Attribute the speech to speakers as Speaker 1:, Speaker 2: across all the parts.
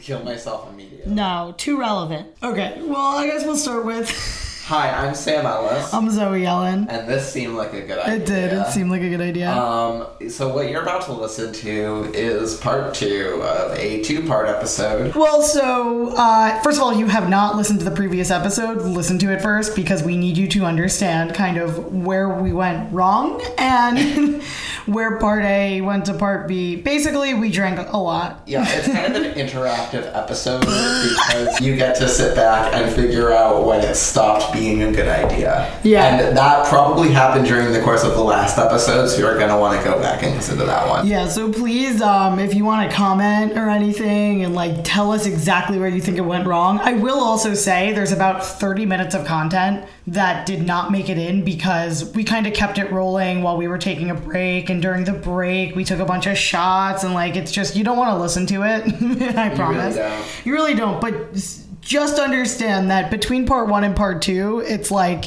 Speaker 1: kill myself immediately.
Speaker 2: No, too relevant. Okay, well, I guess we'll start with
Speaker 1: Hi, I'm Sam Ellis,
Speaker 2: I'm Zoe Ellen.
Speaker 1: and this seemed like a good idea.
Speaker 2: It did. It seemed like a good idea.
Speaker 1: Um, so what you're about to listen to is part two of a two-part episode.
Speaker 2: well, so uh, first of all, you have not listened to the previous episode. Listen to it first because we need you to understand kind of where we went wrong and where part A went to part B. Basically, we drank a lot.
Speaker 1: Yeah, it's kind of an interactive episode because you get to sit back and figure out when it stopped being a good idea.
Speaker 2: Yeah.
Speaker 1: And that probably happened during the course of the last episode, so you're going to want to go back and listen to that one.
Speaker 2: Yeah, so please, um, if you want to comment or anything and like tell us exactly where you think it went wrong, I will also say there's about 30 minutes of content that did not make it in because we kind of kept it rolling while we were taking a break. And during the break, we took a bunch of shots. And like, it's just, you don't want to listen to it. I promise.
Speaker 1: don't.
Speaker 2: You really don't. But s- just understand that between part one and part two, it's like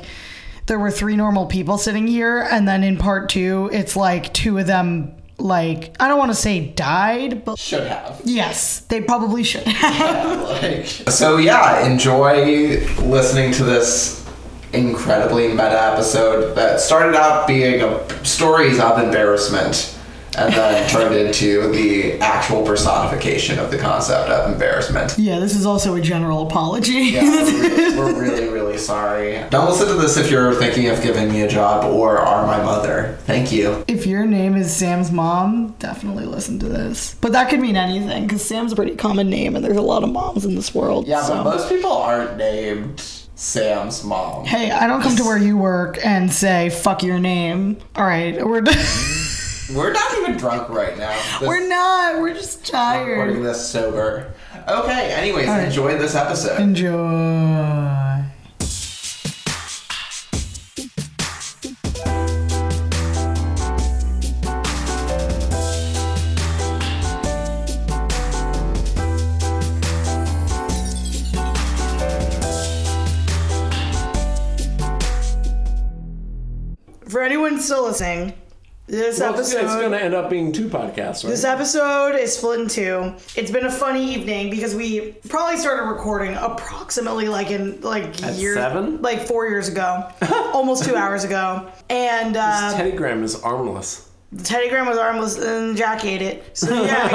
Speaker 2: there were three normal people sitting here, and then in part two, it's like two of them. Like I don't want to say died, but
Speaker 1: Should have.
Speaker 2: yes, they probably should.
Speaker 1: like. So yeah, enjoy listening to this incredibly meta episode that started out being a stories of embarrassment and then turned into the actual personification of the concept of embarrassment.
Speaker 2: yeah, this is also a general apology.
Speaker 1: Yeah, we're really- we're really, really sorry. Don't listen to this if you're thinking of giving me a job or are my mother. Thank you.
Speaker 2: if your name is Sam's mom, definitely listen to this. But that could mean anything because Sam's a pretty common name, and there's a lot of moms in this world.
Speaker 1: Yeah,
Speaker 2: so.
Speaker 1: but most people aren't named Sam's mom.
Speaker 2: Hey, I don't come to where you work and say fuck your name. All right, we're done.
Speaker 1: We're not even drunk right now. This-
Speaker 2: we're not. We're just tired.
Speaker 1: recording this sober. Okay, anyways,
Speaker 2: right.
Speaker 1: enjoy this episode.
Speaker 2: Enjoy. For anyone still listening, this
Speaker 3: Well, it's,
Speaker 2: episode
Speaker 3: it's going to end up being two podcasts, right?
Speaker 2: This episode is split in two. It's been a funny evening because we probably started recording approximately like in like
Speaker 3: At
Speaker 2: year
Speaker 3: seven?
Speaker 2: like four years ago, almost two hours ago. And uh,
Speaker 3: Teddy Graham is armless.
Speaker 2: Teddy Graham was armless and Jack ate it. So yeah,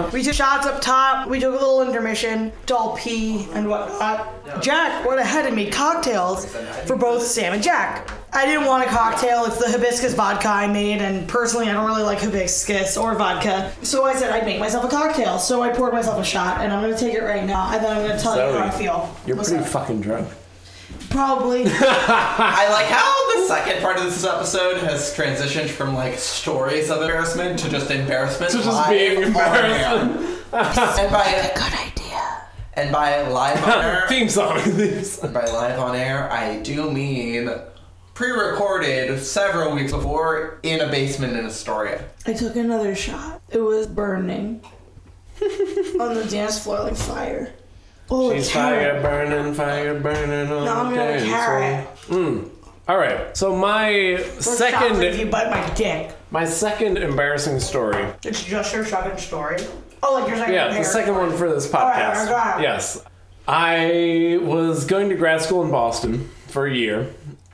Speaker 2: again, we took shots up top. We took a little intermission, doll pee and whatnot. Jack went ahead and made cocktails for both Sam and Jack. I didn't want a cocktail. It's the hibiscus vodka I made, and personally, I don't really like hibiscus or vodka. So I said I'd make myself a cocktail. So I poured myself a shot, and I'm gonna take it right now, and then I'm gonna tell you how I
Speaker 3: Zoe,
Speaker 2: feel.
Speaker 3: You're
Speaker 2: What's
Speaker 3: pretty
Speaker 2: up?
Speaker 3: fucking drunk.
Speaker 2: Probably.
Speaker 1: I like how the second part of this episode has transitioned from like stories of embarrassment to just embarrassment.
Speaker 3: To just
Speaker 1: live
Speaker 3: being
Speaker 1: on
Speaker 3: embarrassed.
Speaker 1: air. and by
Speaker 2: Good idea.
Speaker 1: and by live on air,
Speaker 3: Theme song. Theme song.
Speaker 1: by live on air, I do mean pre-recorded several weeks before in a basement in Astoria.
Speaker 2: I took another shot. It was burning on the dance floor like fire. Oh,
Speaker 3: She's
Speaker 2: it's terrible.
Speaker 3: fire burning, fire burning on
Speaker 2: Now I'm
Speaker 3: the
Speaker 2: gonna
Speaker 3: dance
Speaker 2: carrot.
Speaker 3: floor. Mm. All right. So my
Speaker 2: First shot if you
Speaker 3: second,
Speaker 2: bite my dick.
Speaker 3: my second embarrassing story.
Speaker 2: It's just your shotgun story. Oh, like your second
Speaker 3: Yeah,
Speaker 2: pair.
Speaker 3: the second one for this
Speaker 2: right,
Speaker 3: podcast.
Speaker 2: all right.
Speaker 3: Yes. I was going to grad school in Boston for a year.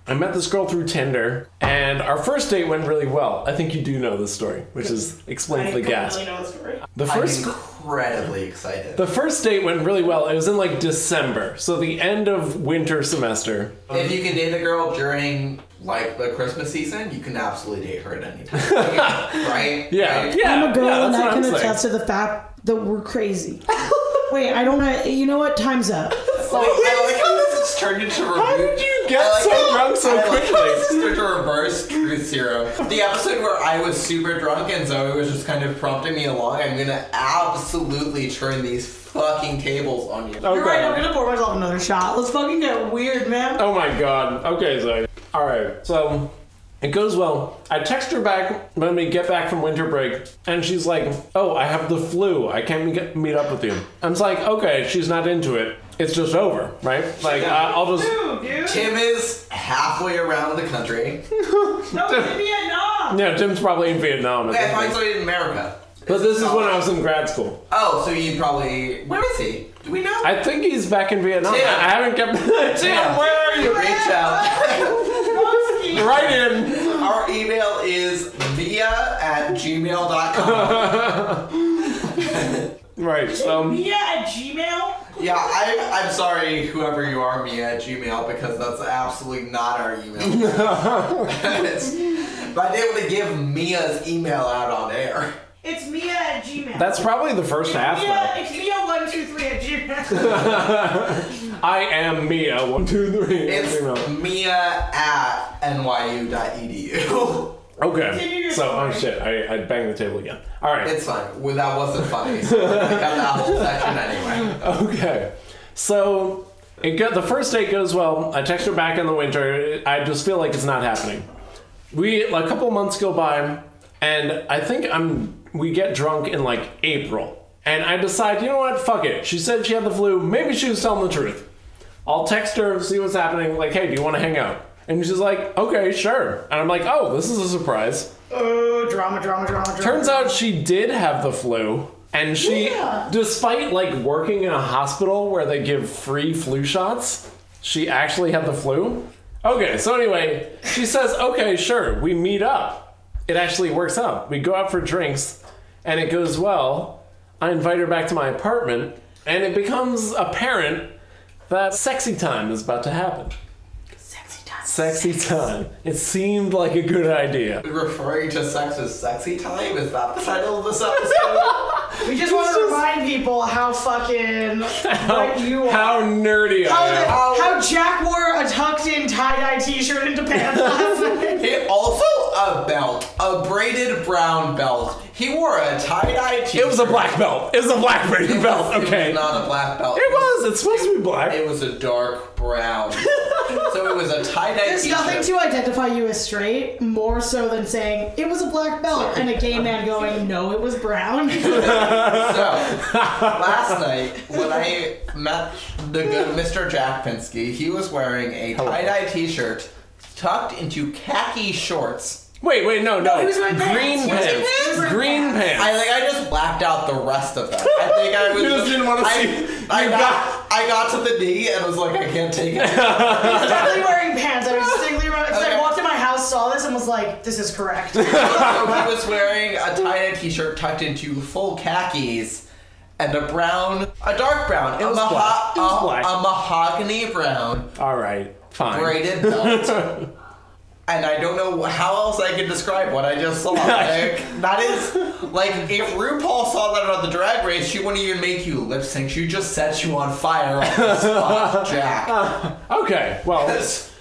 Speaker 3: I met this girl through Tinder, and our first date went really well. I think you do know this story, which is
Speaker 2: I
Speaker 3: explains the
Speaker 2: completely
Speaker 3: gasp.
Speaker 2: know the story.
Speaker 3: The
Speaker 1: I'm
Speaker 3: first
Speaker 1: incredibly excited.
Speaker 3: the first date went really well. It was in like December, so the end of winter semester.
Speaker 1: If you can date a girl during like the Christmas season, you can absolutely date her at any time, right?
Speaker 3: Yeah,
Speaker 1: Right?
Speaker 3: yeah,
Speaker 2: I'm a girl
Speaker 3: yeah,
Speaker 2: and
Speaker 3: that's
Speaker 2: I
Speaker 3: what
Speaker 2: can
Speaker 3: I'm saying.
Speaker 2: attest to the fact that we're crazy. Wait, I don't know. You know what? Time's up.
Speaker 1: Like, I like how this has turned into reverse. How
Speaker 3: did you get so drunk so
Speaker 1: I like how
Speaker 3: quickly?
Speaker 1: this has turned to reverse truth serum. The episode where I was super drunk and Zoe was just kind of prompting me along. I'm gonna absolutely turn these fucking tables on you.
Speaker 3: Okay.
Speaker 2: You're right. I'm gonna pour myself another shot. Let's fucking get weird, man.
Speaker 3: Oh my god. Okay, so all right. So it goes well. I text her back when we get back from winter break, and she's like, "Oh, I have the flu. I can't me- get- meet up with you." I'm just like, "Okay." She's not into it. It's just over, right? Like I, I'll just
Speaker 1: Tim is halfway around the country.
Speaker 2: No, Vietnam.
Speaker 3: yeah. Tim's probably in Vietnam. at
Speaker 1: I
Speaker 3: this
Speaker 1: find
Speaker 3: point.
Speaker 1: Zoe in America.
Speaker 3: But this is when I was in grad school.
Speaker 1: Oh, so you probably. Where is he? Do we know?
Speaker 3: I think he's back in Vietnam.
Speaker 1: Tim.
Speaker 3: I haven't kept. Tim,
Speaker 1: Tim.
Speaker 3: where are you?
Speaker 1: Reach out.
Speaker 3: Right in.
Speaker 1: Our email is via at gmail.com.
Speaker 3: Right. So um,
Speaker 4: Mia at Gmail?
Speaker 1: yeah, I, I'm sorry, whoever you are, me at Gmail, because that's absolutely not our email. but I didn't want to give Mia's email out on air.
Speaker 4: It's Mia at Gmail.
Speaker 3: that's probably the first half.
Speaker 4: Mia,
Speaker 3: Though.
Speaker 4: it's Mia123 at Gmail.
Speaker 3: I am Mia. One, two, three.
Speaker 1: It's
Speaker 3: Email.
Speaker 1: mia at E nyu.edu.
Speaker 4: Continue
Speaker 3: Okay.
Speaker 4: your
Speaker 3: So oh
Speaker 4: story.
Speaker 3: shit, I I banged the table again. All right.
Speaker 1: It's fine. Well, that wasn't funny. So we cut that whole section anyway.
Speaker 3: Okay. So it go, the first date goes well. I text her back in the winter. I just feel like it's not happening. We a couple months go by, and I think I'm. We get drunk in like April, and I decide, you know what? Fuck it. She said she had the flu. Maybe she was telling the truth. I'll text her, see what's happening. Like, hey, do you want to hang out? And she's like, okay, sure. And I'm like, oh, this is a surprise.
Speaker 4: Oh, drama, drama, drama, drama.
Speaker 3: Turns out she did have the flu. And she,
Speaker 4: Yeah.
Speaker 3: despite like working in a hospital where they give free flu shots, she actually had the flu. Okay, so anyway, she says, okay, sure, we meet up. It actually works out. We go out for drinks and it goes well. I invite her back to my apartment and it becomes apparent that sexy time is about to happen.
Speaker 4: Sexy time.
Speaker 3: Sexy time. It seemed like a good idea.
Speaker 1: Referring to sex as sexy time? Is that the title of this episode?
Speaker 4: We just want
Speaker 3: It's
Speaker 4: to
Speaker 3: just-
Speaker 4: remind people how fucking right you are.
Speaker 3: How nerdy
Speaker 4: How
Speaker 3: I am.
Speaker 4: the-
Speaker 1: How-
Speaker 4: how Jack wore a tucked in tie dye t shirt into pants last night.
Speaker 1: he also a belt, a braided brown belt. He wore a tie dye t
Speaker 3: It was a black belt. It was a black braided belt. Okay.
Speaker 1: It was not a black belt.
Speaker 3: It was. It's supposed to be black.
Speaker 1: It was a dark brown. so it was a tie dye
Speaker 4: There's
Speaker 1: t
Speaker 4: nothing to identify you as straight more so than saying it was a black belt and a gay man going, no, it was brown.
Speaker 1: So, last night when I met the good Mr. Jack Pinsky, he was wearing a tie dye t shirt tucked into khaki shorts.
Speaker 3: Wait, wait, no, no.
Speaker 4: he was wearing
Speaker 3: Green
Speaker 4: pants. He was wearing
Speaker 3: pants.
Speaker 4: pants.
Speaker 3: Green pants.
Speaker 1: I like I just blacked out the rest of that. I think I was
Speaker 3: You just didn't wanna
Speaker 1: I-
Speaker 3: see-
Speaker 1: I
Speaker 3: you
Speaker 1: got,
Speaker 3: got-
Speaker 1: I got to the knee and was like I can't take it.
Speaker 4: was definitely wearing pants. I was distinctly remember. 'cause
Speaker 1: Okay.
Speaker 4: I walked in my house, saw this, and was like, this is correct.
Speaker 1: so he was wearing a tie dye t shirt tucked into full khakis. And a brown, a dark brown, a,
Speaker 3: was
Speaker 1: maho-
Speaker 3: black. It was
Speaker 1: a-
Speaker 3: black.
Speaker 1: a mahogany brown,
Speaker 3: All right. Fine.
Speaker 1: braided belt. and I don't know how else I can describe what I just saw. Like, that is like if RuPaul saw that on the drag race, she wouldn't even make you lip sync. She just set you on fire on the spot,
Speaker 3: Uh,
Speaker 1: Jack.
Speaker 3: Okay. Well,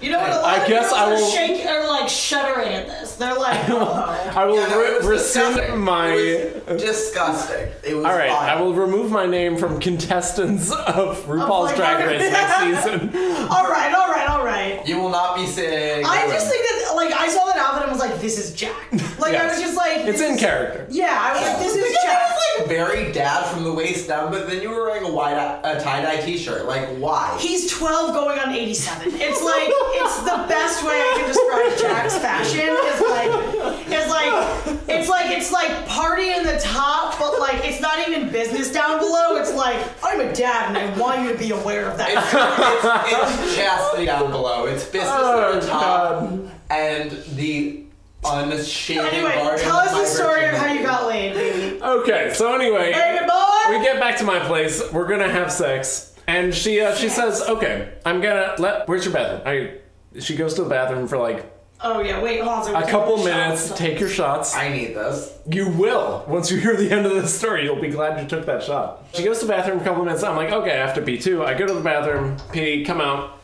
Speaker 4: You know what? A lot
Speaker 3: I
Speaker 4: of
Speaker 3: guess
Speaker 4: girls
Speaker 3: I
Speaker 4: are
Speaker 3: will-
Speaker 4: shake are like shuddering at this. They're like, oh.
Speaker 3: I will
Speaker 1: Yeah, that was
Speaker 3: re- rescind
Speaker 1: disgusting.
Speaker 3: my.
Speaker 1: It was disgusting. It was
Speaker 3: All right.
Speaker 1: vile.
Speaker 3: I will remove my name from contestants of RuPaul's
Speaker 4: my
Speaker 3: Drag
Speaker 4: God.
Speaker 3: Race next season.
Speaker 4: all right, all right, all right.
Speaker 1: You will not be saying.
Speaker 4: I just think that like I saw that outfit and was like, this is Jack. Like I was
Speaker 3: Yes.
Speaker 4: just like,
Speaker 3: It's
Speaker 4: this
Speaker 3: in
Speaker 4: is-
Speaker 3: character.
Speaker 4: Yeah, I was like, this is
Speaker 1: Because
Speaker 4: Jack.
Speaker 1: I was like very dad from the waist down, but then you were wearing a wide a tie dye t shirt. Like why?
Speaker 4: He's 12 going on 87. It's like, it's the best way I can describe Jack's fashion. Is like, it's like, it's like, it's like party in the top, but like, it's not even business down below. It's like, I'm a dad and I want you to be aware of that.
Speaker 1: It's, it's, it's chastity down below. It's business
Speaker 3: Oh,
Speaker 1: at the top,
Speaker 3: God.
Speaker 1: and the unshaven.
Speaker 4: Anyway,
Speaker 1: garden
Speaker 4: tell us the
Speaker 1: my
Speaker 4: story of
Speaker 1: virgin
Speaker 4: how you
Speaker 1: mother.
Speaker 4: got laid, baby.
Speaker 3: Okay. So anyway.
Speaker 4: Baby boy!
Speaker 3: we get back to my place. We're gonna have sex, and she uh, she says, "Okay, I'm gonna let. Where's your bathroom?" I she goes to the bathroom for like
Speaker 4: oh, yeah, wait, hold on. so we're
Speaker 3: a
Speaker 4: taking
Speaker 3: couple
Speaker 4: shots.
Speaker 3: minutes. Take your shots.
Speaker 1: I need this.
Speaker 3: You will once you hear the end of this story. You'll be glad you took that shot. She goes to the bathroom a couple minutes. I'm like, okay, I have to pee too. I go to the bathroom, pee, come out,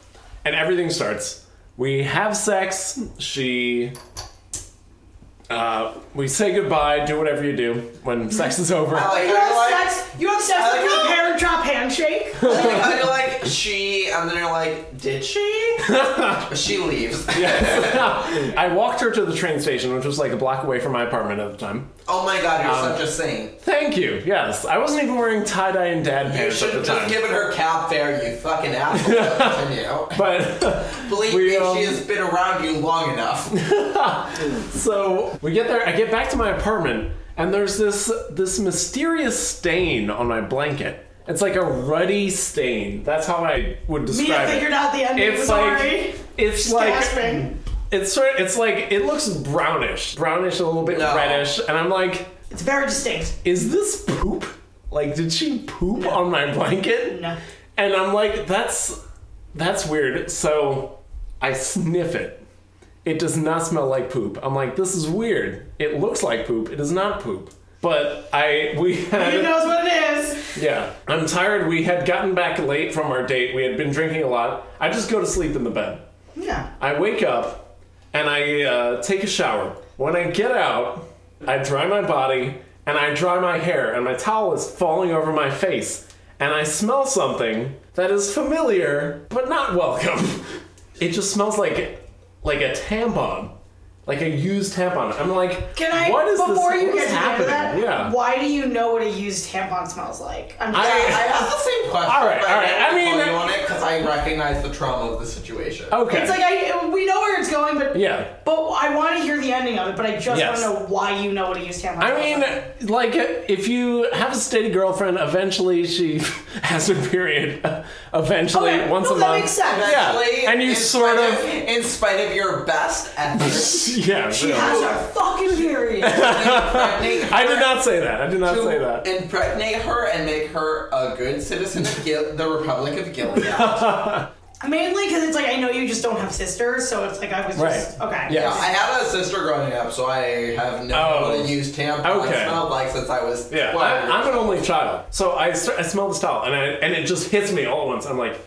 Speaker 3: and everything starts. We have sex. She. Uh, we say goodbye. Do whatever you do when sex is over.
Speaker 1: I like,
Speaker 4: You
Speaker 1: I
Speaker 4: have
Speaker 1: like,
Speaker 4: sex. You have sex
Speaker 1: I
Speaker 4: with
Speaker 1: like-
Speaker 4: a parent drop handshake.
Speaker 1: I feel like she, and then you're like, did she? But she leaves.
Speaker 3: I walked her to the train station, which was like a block away from my apartment at the time.
Speaker 1: Oh my god, you're
Speaker 3: Um,
Speaker 1: such a saint.
Speaker 3: Thank you. Yes, I wasn't even wearing tie dye and dad
Speaker 1: You
Speaker 3: pants
Speaker 1: should
Speaker 3: at the
Speaker 1: have
Speaker 3: time.
Speaker 1: just given her cab fare, you fucking asshole. Continue.
Speaker 3: but
Speaker 1: Believe
Speaker 3: We,
Speaker 1: me,
Speaker 3: um,
Speaker 1: she has been around you long enough.
Speaker 3: so we get there. I get back to my apartment, and there's this this mysterious stain on my blanket. It's like a ruddy stain. That's how I would
Speaker 4: Mia
Speaker 3: describe it.
Speaker 4: figured out the ending.
Speaker 3: It's
Speaker 4: Sorry.
Speaker 3: like it's
Speaker 4: She's
Speaker 3: like
Speaker 4: gasping.
Speaker 3: it's sort it's like it looks brownish, brownish a little bit
Speaker 1: No.
Speaker 3: reddish, and I'm like,
Speaker 4: It's very distinct.
Speaker 3: is this poop? Like, did she poop on my blanket?
Speaker 4: No.
Speaker 3: And I'm like, that's that's weird. So I sniff it. It does not smell like poop. I'm like, this is weird. It looks like poop. It is not poop. But I we had
Speaker 4: Who knows what it is?
Speaker 3: yeah. I'm tired. We had gotten back late from our date. We had been drinking a lot. I just go to sleep in the bed.
Speaker 4: Yeah.
Speaker 3: I wake up and I uh, take a shower. When I get out, I dry my body and I dry my hair, and my towel is falling over my face. And I smell something that is familiar but not welcome. It just smells like like a tampon, like a used tampon. I'm like,
Speaker 4: Can I?
Speaker 3: What is this?
Speaker 4: before you
Speaker 3: what is
Speaker 4: get to the end of
Speaker 3: happening?
Speaker 4: that,
Speaker 3: yeah.
Speaker 4: why do you know what a used tampon smells like? I'm
Speaker 3: I-
Speaker 1: I
Speaker 4: just,
Speaker 1: have the same question.
Speaker 3: All right,
Speaker 1: but
Speaker 3: all right.
Speaker 1: didn't
Speaker 3: I mean- Oh,
Speaker 1: call you on it because I recognize the trauma of the situation.
Speaker 3: Okay.
Speaker 4: it's like I we know where it's going, but
Speaker 3: yeah.
Speaker 4: But I want to hear the ending of it, but I just
Speaker 3: Yes.
Speaker 4: want to know why you know what a used tampon.
Speaker 3: I
Speaker 4: smells like.
Speaker 3: mean, like, if you have a steady girlfriend, eventually she has her period. Eventually,
Speaker 4: Okay,
Speaker 3: once
Speaker 4: no,
Speaker 3: a
Speaker 4: that
Speaker 3: month.
Speaker 4: makes sense.
Speaker 3: Yeah,
Speaker 1: Eventually,
Speaker 3: and you
Speaker 1: in
Speaker 3: sort
Speaker 1: spite
Speaker 3: of-
Speaker 1: in spite of your best efforts,
Speaker 3: Yeah,
Speaker 4: she
Speaker 3: yeah.
Speaker 4: has a fucking period.
Speaker 1: impregnating
Speaker 3: I did
Speaker 1: her-
Speaker 3: not say that. I did not
Speaker 1: to
Speaker 3: say that.
Speaker 1: impregnate her and make her a good citizen of Gil- the Republic of Gilead. Yeah,
Speaker 4: Mainly because it's like I know you just don't have sisters, so it's like I was just
Speaker 3: Right.
Speaker 4: okay.
Speaker 3: Yeah.
Speaker 1: I had a sister growing up, so I have known
Speaker 3: Oh.
Speaker 1: what a used tampon
Speaker 3: Okay.
Speaker 1: smelled like since I was
Speaker 3: Yeah, I,
Speaker 1: 12.
Speaker 3: I'm an only child, so I, start, I smell this towel, and I, and it just hits me all at once. I'm like,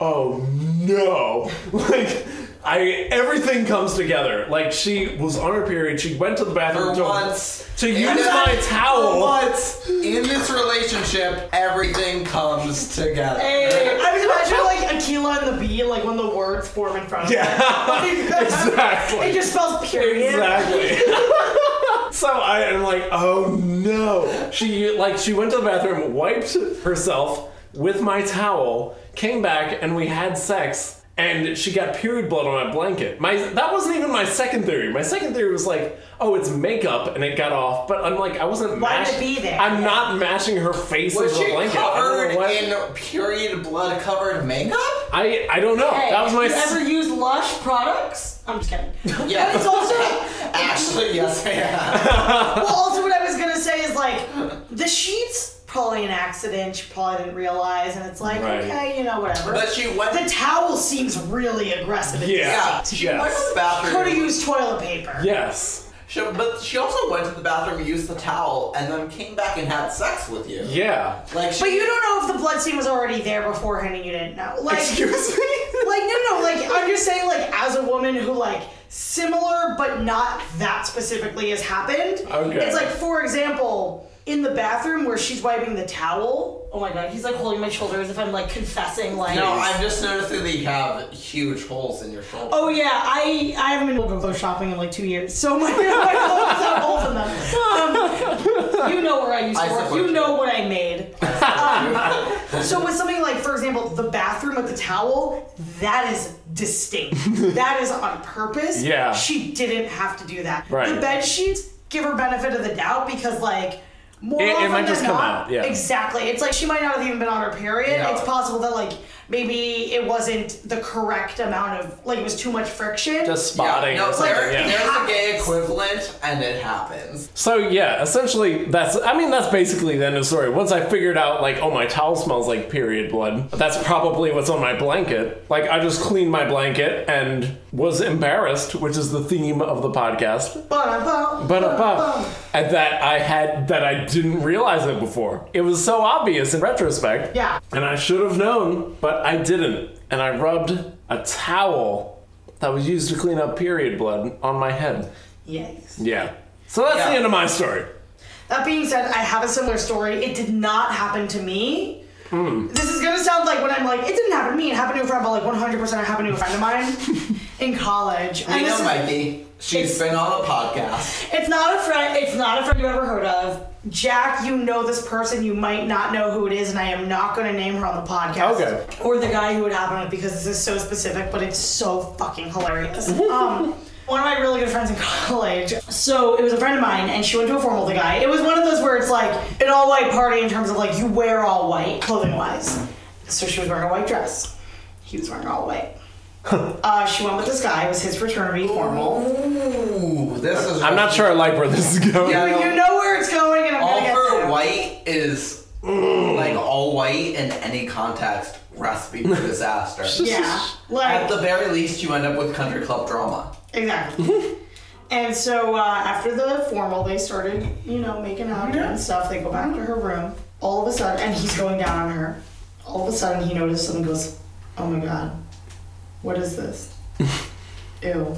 Speaker 3: oh no! Like, I everything comes together. Like she was on her period. She went to the bathroom
Speaker 1: For
Speaker 3: to,
Speaker 1: once,
Speaker 3: to
Speaker 1: in
Speaker 3: use
Speaker 1: this-
Speaker 3: my
Speaker 1: For
Speaker 3: towel.
Speaker 1: once in this relationship, everything comes together.
Speaker 4: Hey, I was imagining like Aquila and the bee, like when the words form in front of
Speaker 3: Yeah.
Speaker 4: it. Like,
Speaker 3: Exactly.
Speaker 4: It just spells period.
Speaker 3: Exactly. so I am like, oh no. She like she went to the bathroom, wiped herself with my towel, came back, and we had sex. And she got period blood on my blanket. My that wasn't even my second theory. My second theory was like, oh, it's makeup and it got off. But I'm like, I wasn't.
Speaker 4: Why would
Speaker 3: mash-
Speaker 4: it be there?
Speaker 3: I'm not matching her face
Speaker 1: Was
Speaker 3: with a
Speaker 1: she
Speaker 3: blanket. I don't know
Speaker 1: covered
Speaker 3: why-
Speaker 1: in period blood covered makeup?
Speaker 3: I I don't know.
Speaker 4: Hey,
Speaker 3: that was my.
Speaker 4: You
Speaker 3: s-
Speaker 4: ever use Lush products? I'm just kidding.
Speaker 1: Yeah.
Speaker 4: But it's also
Speaker 1: Actually, yes, I have.
Speaker 4: well, also what I was gonna say is like the sheets probably an accident. She probably didn't realize, and it's like
Speaker 3: Right.
Speaker 4: okay, you know whatever.
Speaker 1: But she went.
Speaker 4: the towel seems really aggressive.
Speaker 3: Yeah.
Speaker 1: yeah, she
Speaker 3: Yes.
Speaker 1: went to the bathroom.
Speaker 4: Could have used toilet paper.
Speaker 3: yes.
Speaker 1: She, but she also went to the bathroom, used the towel, and then came back and had sex with you.
Speaker 3: Yeah.
Speaker 1: Like, she,
Speaker 4: But you don't know if the blood stain was already there beforehand and you didn't know. Like,
Speaker 3: Excuse me.
Speaker 4: like no, no, no, like I'm just saying, like as a woman who like similar but not that specifically has happened.
Speaker 3: Okay.
Speaker 4: It's like for example, in the bathroom where she's wiping the towel. Oh my god, he's like holding my shoulders if I'm like confessing, like.
Speaker 1: no, I'm just noticing that you have huge holes in your shoulder.
Speaker 4: Oh yeah, I I haven't been to go shopping in like two years, so my, my clothes have holes in them. Um, you know where I used to
Speaker 1: I
Speaker 4: work.
Speaker 1: support
Speaker 4: You
Speaker 1: you.
Speaker 4: know what I made. Um, so with something like, for example, the bathroom with the towel, that is distinct. that is on purpose.
Speaker 3: Yeah.
Speaker 4: She didn't have to do that.
Speaker 3: Right.
Speaker 4: The bed sheets give her benefit of the doubt because like. More
Speaker 3: It- it
Speaker 4: often
Speaker 3: might
Speaker 4: than
Speaker 3: just come
Speaker 4: not-
Speaker 3: out, yeah.
Speaker 4: Exactly. It's like she might not have even been on her period.
Speaker 1: Yeah.
Speaker 4: It's possible that like maybe it wasn't the correct amount of like it was too much friction.
Speaker 3: Just
Speaker 1: yeah,
Speaker 3: spotting
Speaker 1: no,
Speaker 3: or something.
Speaker 1: there,
Speaker 3: yeah.
Speaker 1: there's a gay equivalent, and it happens.
Speaker 3: So yeah, essentially that's I mean that's basically the end of the story. Once I figured out like oh my towel smells like period blood, that's probably what's on my blanket. Like I just cleaned my blanket and was embarrassed, which is the theme of the podcast.
Speaker 4: Ba-da-bum,
Speaker 3: But
Speaker 4: ba-da-bum.
Speaker 3: above and that I had that I didn't realize it before. It was so obvious in retrospect.
Speaker 4: Yeah.
Speaker 3: And I should have known, but I didn't. And I rubbed a towel that was used to clean up period blood on my head.
Speaker 4: Yikes.
Speaker 3: Yeah. So that's the
Speaker 1: Yeah.
Speaker 3: end of my story.
Speaker 4: That being said, I have a similar story. It did not happen to me. This is gonna sound like when I'm like, it didn't happen to me. It happened to a friend, but like 100% it happened to a friend of mine in college.
Speaker 1: You
Speaker 4: And this
Speaker 1: know,
Speaker 4: is-
Speaker 1: Mikey, she's been on a podcast.
Speaker 4: It's not a friend. It's not a friend you ever heard of. Jack, you know this person. You might not know who it is, and I am not going to name her on the podcast.
Speaker 3: Okay.
Speaker 4: Or the guy who it happened with because this is so specific, but it's so fucking hilarious. um, one of my really good friends in college. So it was a friend of mine, and she went to a formal with a guy. It was one of those where it's like an all white party in terms of like you wear all white clothing wise. So she was wearing a white dress. He was wearing all white. uh, she went with this guy. It was his fraternity formal.
Speaker 1: Ooh, this is.
Speaker 3: I'm not sure I like where this is going.
Speaker 1: Yeah.
Speaker 4: But you know where it's going, and I'm
Speaker 1: All
Speaker 4: gonna get
Speaker 1: for
Speaker 4: there.
Speaker 1: white is
Speaker 3: Mm.
Speaker 1: like all white in any context recipe for disaster.
Speaker 4: Yeah, like
Speaker 1: At the very least, you end up with country club drama.
Speaker 4: Exactly. and so uh, after the formal, they started, you know, making out and stuff. They go back to her room. All of a sudden, and he's going down on her. All of a sudden, he notices and goes, "Oh my god, what is this? Ew."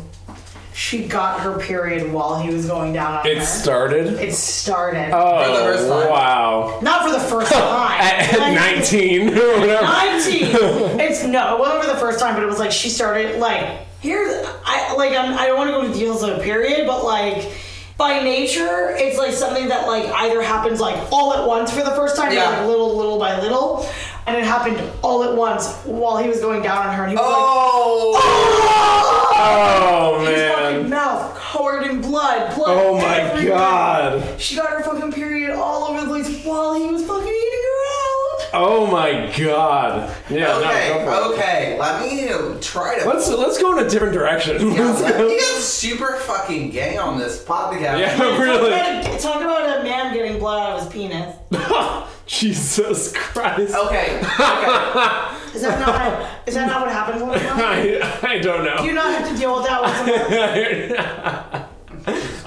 Speaker 4: She got her period while he was going down on
Speaker 3: It
Speaker 4: her.
Speaker 3: started.
Speaker 4: It started.
Speaker 1: For the first
Speaker 3: Oh
Speaker 1: time.
Speaker 3: wow!
Speaker 4: Not for the first time.
Speaker 3: At
Speaker 4: Like,
Speaker 3: 19 or whatever.
Speaker 4: 19. it's no, it wasn't for the first time, but it was like she started like here's I like I'm, I don't want to go into details of a period, but like by nature, it's like something that like either happens like all at once for the first time,
Speaker 1: Yeah.
Speaker 4: or like little little by little, and it happened all at once while he was going down on her, and he was like.
Speaker 1: Oh!
Speaker 4: "Ah!"
Speaker 3: Oh
Speaker 4: His fucking
Speaker 3: man!
Speaker 4: mouth covered in blood. blood
Speaker 3: Oh my
Speaker 4: everywhere.
Speaker 3: god!
Speaker 4: She got her fucking period all over the place while he was fucking eating her out.
Speaker 3: Oh my god! Yeah.
Speaker 1: Okay,
Speaker 3: No, go for it.
Speaker 1: okay. Let me try to.
Speaker 3: Let's let's go in a different direction.
Speaker 1: Yeah,
Speaker 3: Let's
Speaker 1: let
Speaker 3: go-
Speaker 1: me get super fucking gay on this podcast.
Speaker 3: Yeah, really.
Speaker 4: Talk about, a, talk about a man getting blood out of his penis.
Speaker 3: Jesus Christ.
Speaker 1: Okay. okay.
Speaker 4: Is that not? is that not what happened? When we were-
Speaker 3: I, I don't know.
Speaker 4: Do you not have to deal with that with someone?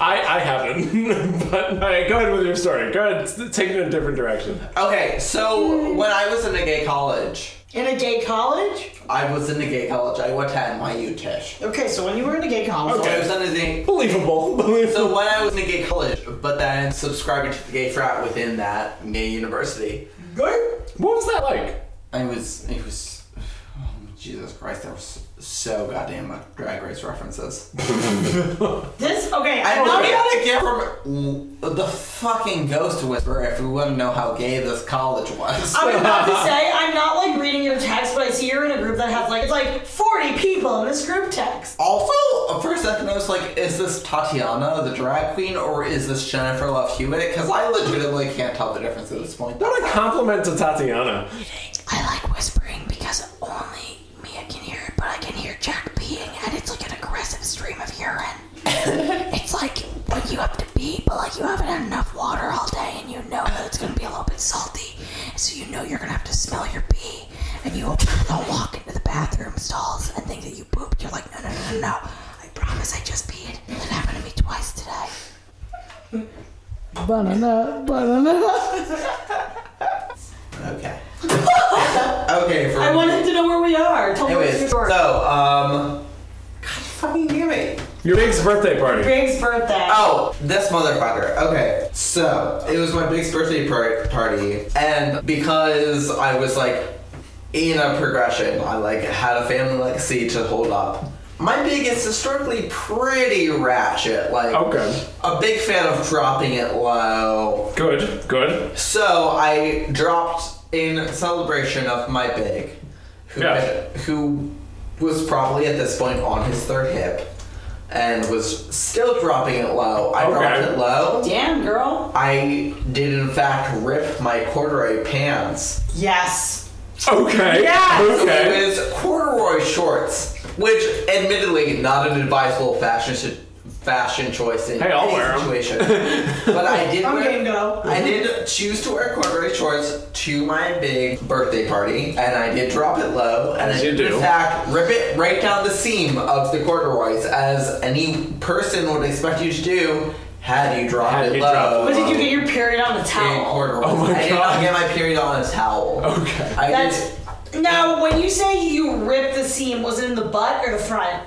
Speaker 3: I, I haven't. but all right, go ahead with your story. Go ahead, s- take it in a different direction.
Speaker 1: okay, so when I was in a gay college,
Speaker 4: in a gay college?
Speaker 1: I was in a gay college. I went to NYU Tish.
Speaker 4: Okay, so when you were in a gay college,
Speaker 1: So I was in a gay.
Speaker 3: Believable. Believable.
Speaker 1: So when I was in a gay college, but then subscribing to the gay frat within that gay university,
Speaker 3: What was that like?
Speaker 1: I was. It was. oh, Jesus Christ, there was so goddamn much drag race references.
Speaker 4: this okay?
Speaker 1: I
Speaker 4: I'm
Speaker 1: don't know.
Speaker 4: not
Speaker 1: We
Speaker 4: gonna.
Speaker 1: gotta get from the fucking ghost whisperer if we want to know how gay this college was.
Speaker 4: I was about to say I'm not like reading your text, but I see you're in a group that has like it's like 40 people in this group text.
Speaker 1: Also, for a second, I was like, is this Tatiana, the drag queen, or is this Jennifer Love Hewitt? Because I legitimately can't tell the difference at this point.
Speaker 3: What a compliment to Tatiana.
Speaker 5: I like whispering because only Mia can hear it, but I can hear Jack peeing, and it's like an aggressive stream of urine. it's like when you have to pee, but like you haven't had enough water all day, and you know that it's gonna be a little bit salty, so you know you're gonna have to smell your pee, and you don't walk into the bathroom stalls and think that you pooped. You're like, no, no, no, no, no. I promise I just peed. It happened to me twice today.
Speaker 1: Okay. okay, for
Speaker 4: I wanted to know where we are. Tell me what's your
Speaker 1: Anyways, so,
Speaker 4: story.
Speaker 1: um. God fucking damn it.
Speaker 3: Your big's birthday party.
Speaker 4: Big's birthday.
Speaker 1: Oh, this motherfucker. Okay, so it was my big birthday par- party, and because I was like in a progression, I like had a family legacy to hold up. My big is historically pretty ratchet. Like,
Speaker 3: Okay.
Speaker 1: a big fan of dropping it low.
Speaker 3: Good, good.
Speaker 1: So I dropped in celebration of my big, who
Speaker 3: Yeah.
Speaker 1: who was probably at this point on his third hip, and was still dropping it low. I dropped
Speaker 3: Okay.
Speaker 1: it low.
Speaker 4: Damn, girl.
Speaker 1: I did in fact rip my corduroy pants.
Speaker 4: Yes.
Speaker 3: Okay.
Speaker 4: Yes!
Speaker 3: Okay.
Speaker 1: It was corduroy shorts, which admittedly not an advisable fashion sh- fashion choice in
Speaker 3: Hey, I'll
Speaker 1: any
Speaker 3: wear 'em.
Speaker 1: situation. but I did
Speaker 4: I'm
Speaker 1: wear-
Speaker 4: game to go.
Speaker 1: I did choose to wear corduroy shorts to my big birthday party, and I did drop it low, and
Speaker 3: As
Speaker 1: I
Speaker 3: you
Speaker 1: did
Speaker 3: do.
Speaker 1: in fact rip it right down the seam of the corduroys, as any person would expect you to do had you dropped
Speaker 3: Had
Speaker 1: it
Speaker 3: you
Speaker 1: low.
Speaker 3: dropped it
Speaker 4: But did you get your period on a
Speaker 1: in
Speaker 4: towel?
Speaker 1: corduroys.
Speaker 3: Oh my
Speaker 1: I did
Speaker 3: God.
Speaker 1: not get my period on a towel.
Speaker 3: Okay.
Speaker 1: I
Speaker 4: That's
Speaker 1: did
Speaker 4: now when you say you ripped the seam, was it in the butt or the front?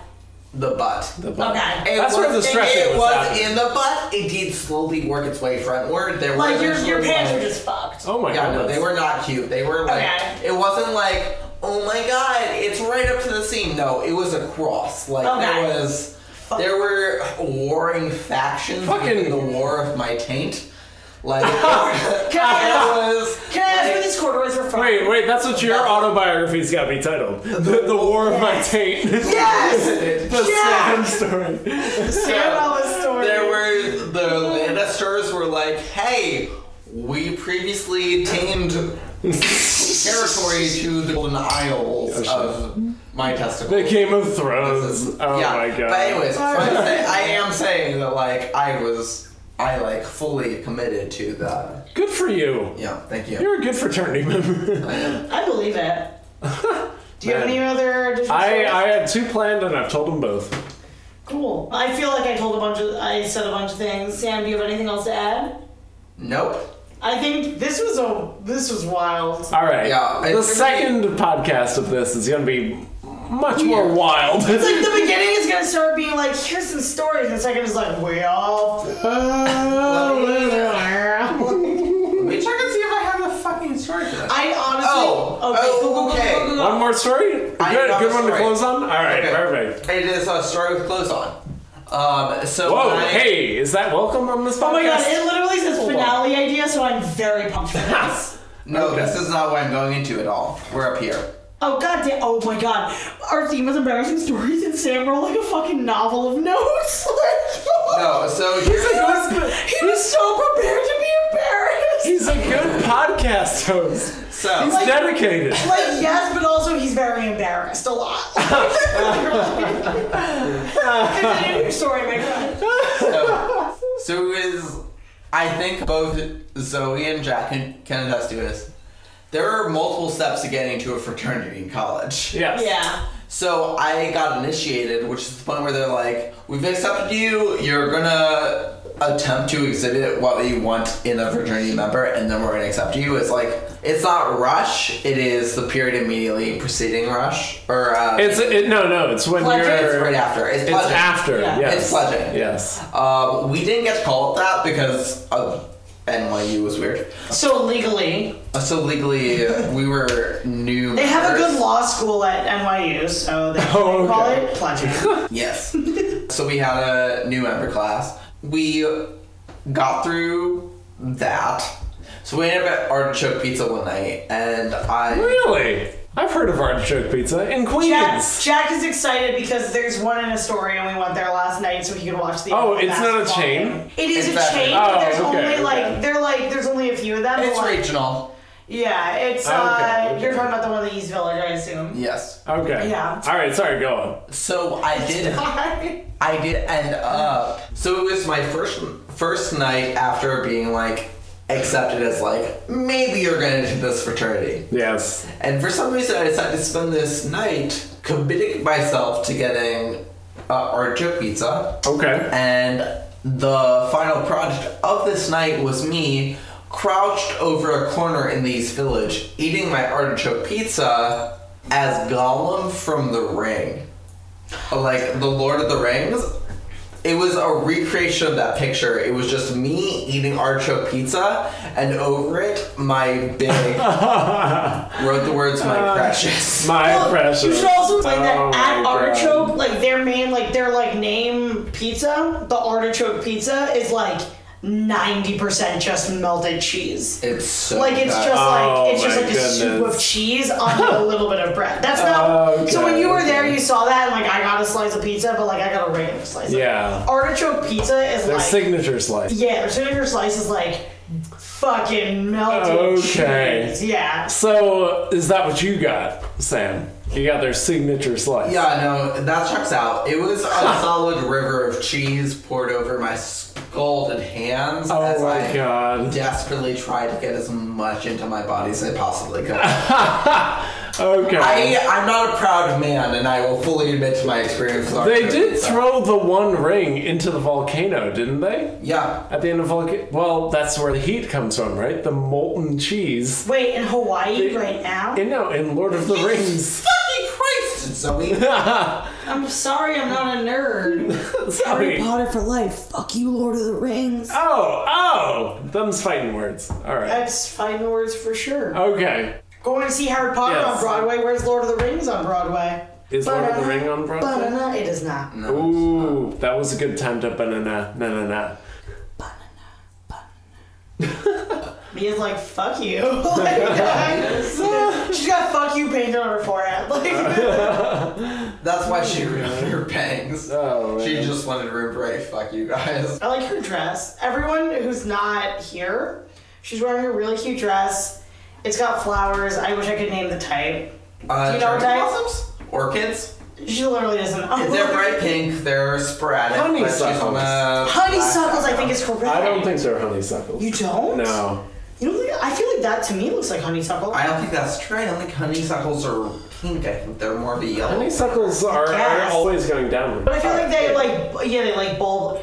Speaker 1: the butt.
Speaker 3: The butt.
Speaker 4: Okay.
Speaker 1: It
Speaker 3: That's
Speaker 1: was,
Speaker 3: where the stretching
Speaker 1: It
Speaker 3: was
Speaker 1: was
Speaker 3: happening.
Speaker 1: in the butt. It did slowly work its way frontward. There
Speaker 4: Like
Speaker 1: were
Speaker 4: your your
Speaker 1: eventually,
Speaker 4: pants were
Speaker 1: like-
Speaker 4: just fucked.
Speaker 3: Oh my
Speaker 1: Yeah,
Speaker 3: god.
Speaker 1: no, they were not cute. They were like
Speaker 4: Okay.
Speaker 1: it wasn't like oh my god, it's right up to the seam. No, it was across. Like
Speaker 4: Okay.
Speaker 1: there was there were warring factions
Speaker 3: Fucking-
Speaker 1: within the war of my taint. Like, it
Speaker 4: Can I,
Speaker 1: was.
Speaker 4: can I ask where these corduroys are from?
Speaker 3: Wait, wait, that's what your autobiography's got me titled. The, the War of My Taint.
Speaker 4: Yes!
Speaker 1: It-
Speaker 3: the
Speaker 4: Yeah!
Speaker 3: Sam story.
Speaker 4: Sam Ellis story.
Speaker 1: There were the Lannisters were like, hey, we previously tamed territory to the golden
Speaker 3: Oh,
Speaker 1: isles of my
Speaker 3: The
Speaker 1: testicles.
Speaker 3: Game of Thrones. Oh
Speaker 1: yeah.
Speaker 3: my god.
Speaker 1: But anyways, so I'm saying, I am saying that like I was, I like fully committed to the.
Speaker 3: Good for you.
Speaker 1: Yeah, thank you.
Speaker 3: You're a good fraternity member.
Speaker 4: I believe it. Do you have any other additional
Speaker 3: I,
Speaker 4: stories?
Speaker 3: I had two planned and I've told them both.
Speaker 4: Cool. I feel like I told a bunch of, I said a bunch of things. Sam, do you have anything else to add?
Speaker 1: Nope.
Speaker 4: I think this was a, this was wild.
Speaker 3: All right.
Speaker 1: Yeah,
Speaker 3: the
Speaker 1: it's gonna
Speaker 3: second podcast of this is going to be much more wild.
Speaker 4: It's like the beginning is gonna start being like, here's some stories, and the second is like, we all.
Speaker 3: Oh,
Speaker 1: Let
Speaker 4: I
Speaker 1: me check and see if I have a fucking story for this.
Speaker 4: honestly.
Speaker 1: Oh, oh, okay.
Speaker 3: one more story?
Speaker 1: I
Speaker 3: good
Speaker 1: have
Speaker 3: good
Speaker 1: a
Speaker 3: one to
Speaker 1: story.
Speaker 3: close on? All right,
Speaker 1: Okay.
Speaker 3: perfect.
Speaker 1: It is a story with clothes on. Um, so
Speaker 3: Whoa,
Speaker 1: when I-
Speaker 3: hey, is that welcome on this podcast?
Speaker 4: Oh my god, it literally says finale idea, so I'm very pumped for this.
Speaker 1: No, this is not what I'm going into at all. We're up here.
Speaker 4: Oh god damn, oh my god. Our theme is embarrassing stories, and Sam wrote like a fucking novel of notes. Like,
Speaker 1: No, Oh, so here's
Speaker 4: he, was, he was so prepared to be embarrassed.
Speaker 3: He's a good podcast host.
Speaker 4: Oh.
Speaker 1: so
Speaker 3: He's dedicated.
Speaker 4: like, yes, but also he's very embarrassed a lot. Continue your story, my friend.
Speaker 1: so, so is I think both Zoe and Jack can, can attest to this. There are multiple steps to getting to a fraternity in college.
Speaker 3: Yes.
Speaker 4: Yeah.
Speaker 1: So I got initiated, which is the point where they're like, "We've accepted you. You're gonna attempt to exhibit what you want in a fraternity member, and then we're gonna accept you." It's like it's not rush. It is the period immediately preceding rush, or uh,
Speaker 3: It's it, no, no. It's when
Speaker 4: Pledges
Speaker 1: it's
Speaker 3: you're.
Speaker 1: right after. It's,
Speaker 3: It's
Speaker 1: pledging.
Speaker 3: after.
Speaker 4: Yeah.
Speaker 3: Yes.
Speaker 1: It's pledging.
Speaker 3: Yes.
Speaker 1: Um, we didn't get called that because uh, NYU was weird.
Speaker 4: So legally,
Speaker 1: Uh, So legally, we were new.
Speaker 4: they have a
Speaker 1: members.
Speaker 4: good law school at NYU, so they
Speaker 3: Oh,
Speaker 4: call
Speaker 3: okay.
Speaker 4: it pledging.
Speaker 1: Yes. so we had a new member class. We got through that. So we ended up at Artichoke Pizza one night, and I.
Speaker 3: Really? I've heard of artichoke pizza in Queens.
Speaker 4: Jack, Jack is excited because there's one in Astoria, and we went there last night so he could watch the.
Speaker 3: Oh,
Speaker 4: NFL
Speaker 3: it's not a
Speaker 4: basketball
Speaker 3: chain?
Speaker 4: game. It is
Speaker 1: It's
Speaker 4: a
Speaker 1: better.
Speaker 4: chain,
Speaker 3: Oh,
Speaker 4: but there's
Speaker 3: okay,
Speaker 4: only like
Speaker 3: okay.
Speaker 4: they're like there's only a few of them.
Speaker 1: It's
Speaker 4: but, like,
Speaker 1: regional.
Speaker 4: Yeah, it's
Speaker 3: Oh, Okay,
Speaker 4: uh,
Speaker 3: okay.
Speaker 4: you're talking about the one in the East Village, I assume.
Speaker 1: Yes.
Speaker 3: Okay.
Speaker 4: Yeah.
Speaker 3: All right. Sorry. Go on.
Speaker 1: So I did. I did end up. So it was my first first night after being like accepted as like maybe you're going to this fraternity.
Speaker 3: Yes.
Speaker 1: And for some reason, I decided to spend this night committing myself to getting uh, artichoke pizza.
Speaker 3: Okay.
Speaker 1: And the final project of this night was me crouched over a corner in the East Village, eating my artichoke pizza as Gollum from The Ring. Like the Lord of the Rings. It was a recreation of that picture. It was just me eating artichoke pizza, and over it, my big wrote the words "my precious."
Speaker 3: My
Speaker 4: Well,
Speaker 3: impression.
Speaker 4: You should also explain
Speaker 3: Oh
Speaker 4: that at
Speaker 3: my God.
Speaker 4: Artichoke, like their main, like their like name pizza, the Artichoke pizza is like ninety percent just melted cheese.
Speaker 1: It's so
Speaker 4: Like it's
Speaker 1: bad.
Speaker 4: just like it's
Speaker 3: Oh
Speaker 4: just
Speaker 3: my
Speaker 4: like a soup
Speaker 3: goodness.
Speaker 4: of cheese on a little bit of bread. That's not. So
Speaker 3: Oh,
Speaker 4: when
Speaker 3: Okay,
Speaker 4: you were there,
Speaker 3: okay.
Speaker 4: you saw that, and like I got a slice of pizza, but like I got a regular slice.
Speaker 3: Yeah.
Speaker 4: Artichoke pizza is
Speaker 3: Their
Speaker 4: like
Speaker 3: signature slice.
Speaker 4: yeah, their signature slice is like fucking melted
Speaker 3: Okay.
Speaker 4: cheese. Yeah.
Speaker 3: So is that what you got, Sam? You got their signature slice.
Speaker 1: Yeah, no, that checks out. It was a solid river of cheese poured over my scalded hands as
Speaker 3: Oh my
Speaker 1: I
Speaker 3: god.
Speaker 1: desperately tried to get as much into my body as I possibly could.
Speaker 3: Okay.
Speaker 1: I, I'm not a proud man, and I will fully admit to my experience. with
Speaker 3: they
Speaker 1: Arctic
Speaker 3: did
Speaker 1: pizza.
Speaker 3: throw the one ring into the volcano, didn't they?
Speaker 1: Yeah.
Speaker 3: At the end of volcano. Well, that's where the heat comes from, right? The molten cheese.
Speaker 4: Wait, in Hawaii right now?
Speaker 3: And no, in Lord of the Rings.
Speaker 1: Fucking Christ, Zoe.
Speaker 4: I'm sorry, I'm not a nerd.
Speaker 3: Sorry.
Speaker 5: Potter for life. Fuck you, Lord of the Rings.
Speaker 3: Oh, oh! Them's fighting words. All right.
Speaker 4: That's fine words for sure.
Speaker 3: Okay.
Speaker 4: Going to see Harry Potter
Speaker 3: Yes.
Speaker 4: on Broadway. Where's Lord of the Rings on Broadway?
Speaker 3: Is Lord of the Ring on Broadway?
Speaker 4: Ba-na-na. It is not.
Speaker 3: Ooh, that was a good time to banana, na na na.
Speaker 4: Mia's like, fuck you. like, she's got fuck you painted on her forehead. Like,
Speaker 1: That's why she grew out her bangs.
Speaker 3: Oh, man.
Speaker 1: she just wanted room for a fuck you guys.
Speaker 4: I like her dress. Everyone who's not here, she's wearing a really cute dress. It's got flowers. I wish I could name the type.
Speaker 1: Uh,
Speaker 4: Do you know what
Speaker 1: cherry
Speaker 4: type?
Speaker 1: blossoms? Orchids?
Speaker 4: She literally doesn't. know.
Speaker 1: They're bright pink, they're sporadic.
Speaker 3: Honeysuckles.
Speaker 4: Honeysuckles, I think, is correct.
Speaker 3: I don't think they're honeysuckles.
Speaker 4: You don't?
Speaker 3: No.
Speaker 4: You don't think? I feel like that to me looks like honeysuckle.
Speaker 1: I don't think that's true. I don't think honeysuckles are pink. I think they're more of a yellow.
Speaker 3: Honeysuckles are, are
Speaker 4: Yes.
Speaker 3: always going downward.
Speaker 4: but I feel like they
Speaker 1: yeah.
Speaker 4: like yeah they like bulb.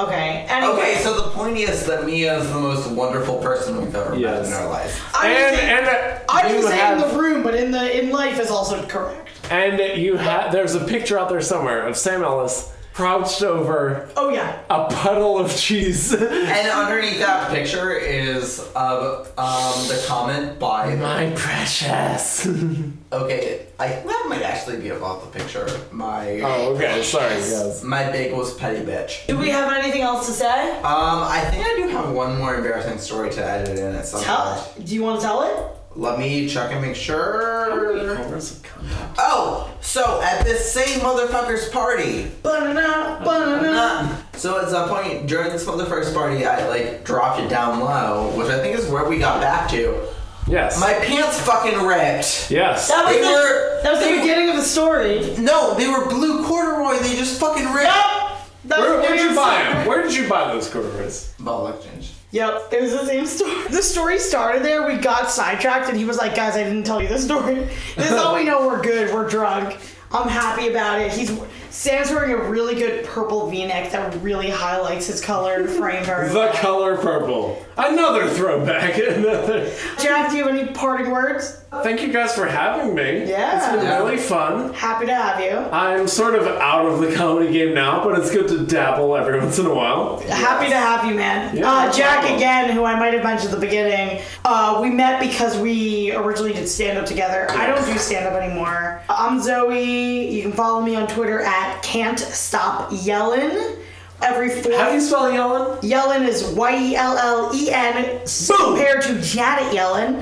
Speaker 4: Okay. Anyway,
Speaker 1: Okay, so the point is that Mia is the most wonderful person we've ever met
Speaker 3: Yes.
Speaker 1: in our life.
Speaker 4: I'm
Speaker 3: And
Speaker 4: just saying,
Speaker 3: and uh,
Speaker 4: I'm
Speaker 3: you
Speaker 4: just saying
Speaker 3: have
Speaker 4: the room, but in the in life is also correct.
Speaker 3: and you have there's a picture out there somewhere of Sam Ellis crouched over
Speaker 4: Oh yeah.
Speaker 3: a puddle of cheese.
Speaker 1: And underneath that picture is of um, the comment by
Speaker 3: My precious.
Speaker 1: Okay, I that might actually be about the picture. My
Speaker 3: Oh, okay. Sorry, guys.
Speaker 1: my big was petty bitch.
Speaker 4: Do we have anything else to say?
Speaker 1: Um, I think I do have one more embarrassing story to edit in at some
Speaker 4: Tell.
Speaker 1: point.
Speaker 4: Do you want to tell it?
Speaker 1: Let me check and make sure.
Speaker 3: Hours of contact.
Speaker 1: Oh, so at this same motherfucker's party.
Speaker 4: Banana, banana.
Speaker 1: Uh, so at some point during this motherfucker's party, I like dropped it down low, which I think is where we got back to.
Speaker 3: Yes.
Speaker 1: My pants fucking ripped.
Speaker 3: yes.
Speaker 4: That was
Speaker 1: They
Speaker 4: the,
Speaker 1: were-
Speaker 4: that was the
Speaker 1: they were-
Speaker 4: beginning of the story.
Speaker 1: No, they were blue corduroy. They just fucking ripped.
Speaker 4: Yep. That
Speaker 3: Where,
Speaker 4: was the
Speaker 3: where'd you
Speaker 4: beginning
Speaker 3: buy
Speaker 4: of the
Speaker 3: them?
Speaker 4: story.
Speaker 3: Where did you buy those corduroys?
Speaker 1: Ball exchange.
Speaker 4: Yep, it was the same story. The story started there. We got sidetracked, and he was like, "Guys, I didn't tell you the story. This is all we know. We're good. We're drunk. I'm happy about it." He's Sam's wearing a really good purple V-neck that really highlights his color and frame very well.
Speaker 3: The color purple. Another throwback. Another.
Speaker 4: Jack, do you have any parting words?
Speaker 3: Thank you guys for having me.
Speaker 4: Yeah.
Speaker 3: It's been
Speaker 1: Yeah.
Speaker 3: really fun.
Speaker 4: Happy to have you.
Speaker 3: I'm sort of out of the comedy game now, but it's good to dabble every once in a while.
Speaker 4: Happy to have you, man.
Speaker 3: Yeah,
Speaker 4: uh,
Speaker 3: no
Speaker 4: Jack
Speaker 3: problem.
Speaker 4: again, who I might have mentioned at the beginning. Uh, we met because we originally did stand up together. I don't do stand up anymore. I'm Zoe. You can follow me on Twitter at can't stop yellin. Every
Speaker 3: How do you
Speaker 4: fourth
Speaker 3: spell Yellen?
Speaker 4: Yellen is Y E L L E N compared to Janet Yellen.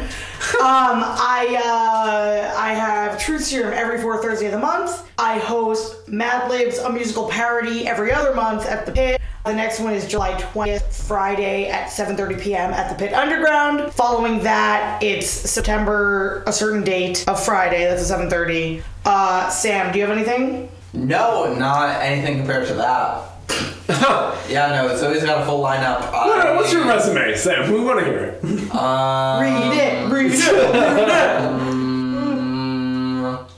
Speaker 4: um, I uh, I have Truth Serum every fourth Thursday of the month. I host Mad Libs, a musical parody, every other month at the Pit. The next one is July 20th, Friday at 7:30 p.m. at the Pit Underground. Following that, it's September a certain date of Friday. That's a 7:30. Uh, Sam, do you have anything?
Speaker 1: No, not anything compared to that. yeah, no, it's always got a full lineup. Uh,
Speaker 3: What's your resume, Sam? We want to hear it.
Speaker 1: Um,
Speaker 4: Read it. Read it.
Speaker 1: mm,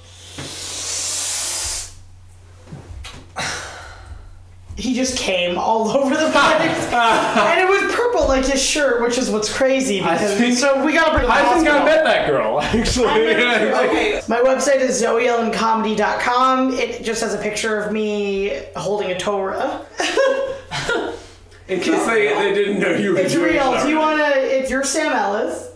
Speaker 4: he just came all over the place. and it was purple like his shirt, which is what's crazy because
Speaker 3: think-
Speaker 4: so we gotta bring it to the
Speaker 3: I think I
Speaker 4: hospital.
Speaker 3: met that girl, actually.
Speaker 1: okay,
Speaker 4: My website is zoeellencomedy.com. It just has a picture of me holding a Torah.
Speaker 3: In case they, they didn't know you were
Speaker 4: It's
Speaker 3: Jewish.
Speaker 4: real. Do
Speaker 3: already.
Speaker 4: you wanna it's you're Sam Ellis.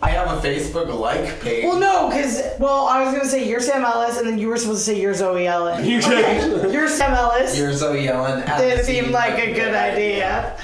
Speaker 1: I have a Facebook like page.
Speaker 4: Well no, cause well I was gonna say you're Sam Ellis and then you were supposed to say you're Zoe Ellen.
Speaker 3: You did.
Speaker 4: You're Sam Ellis.
Speaker 1: You're so yelling at
Speaker 4: It
Speaker 1: the
Speaker 4: seemed
Speaker 1: scene.
Speaker 4: like a good idea.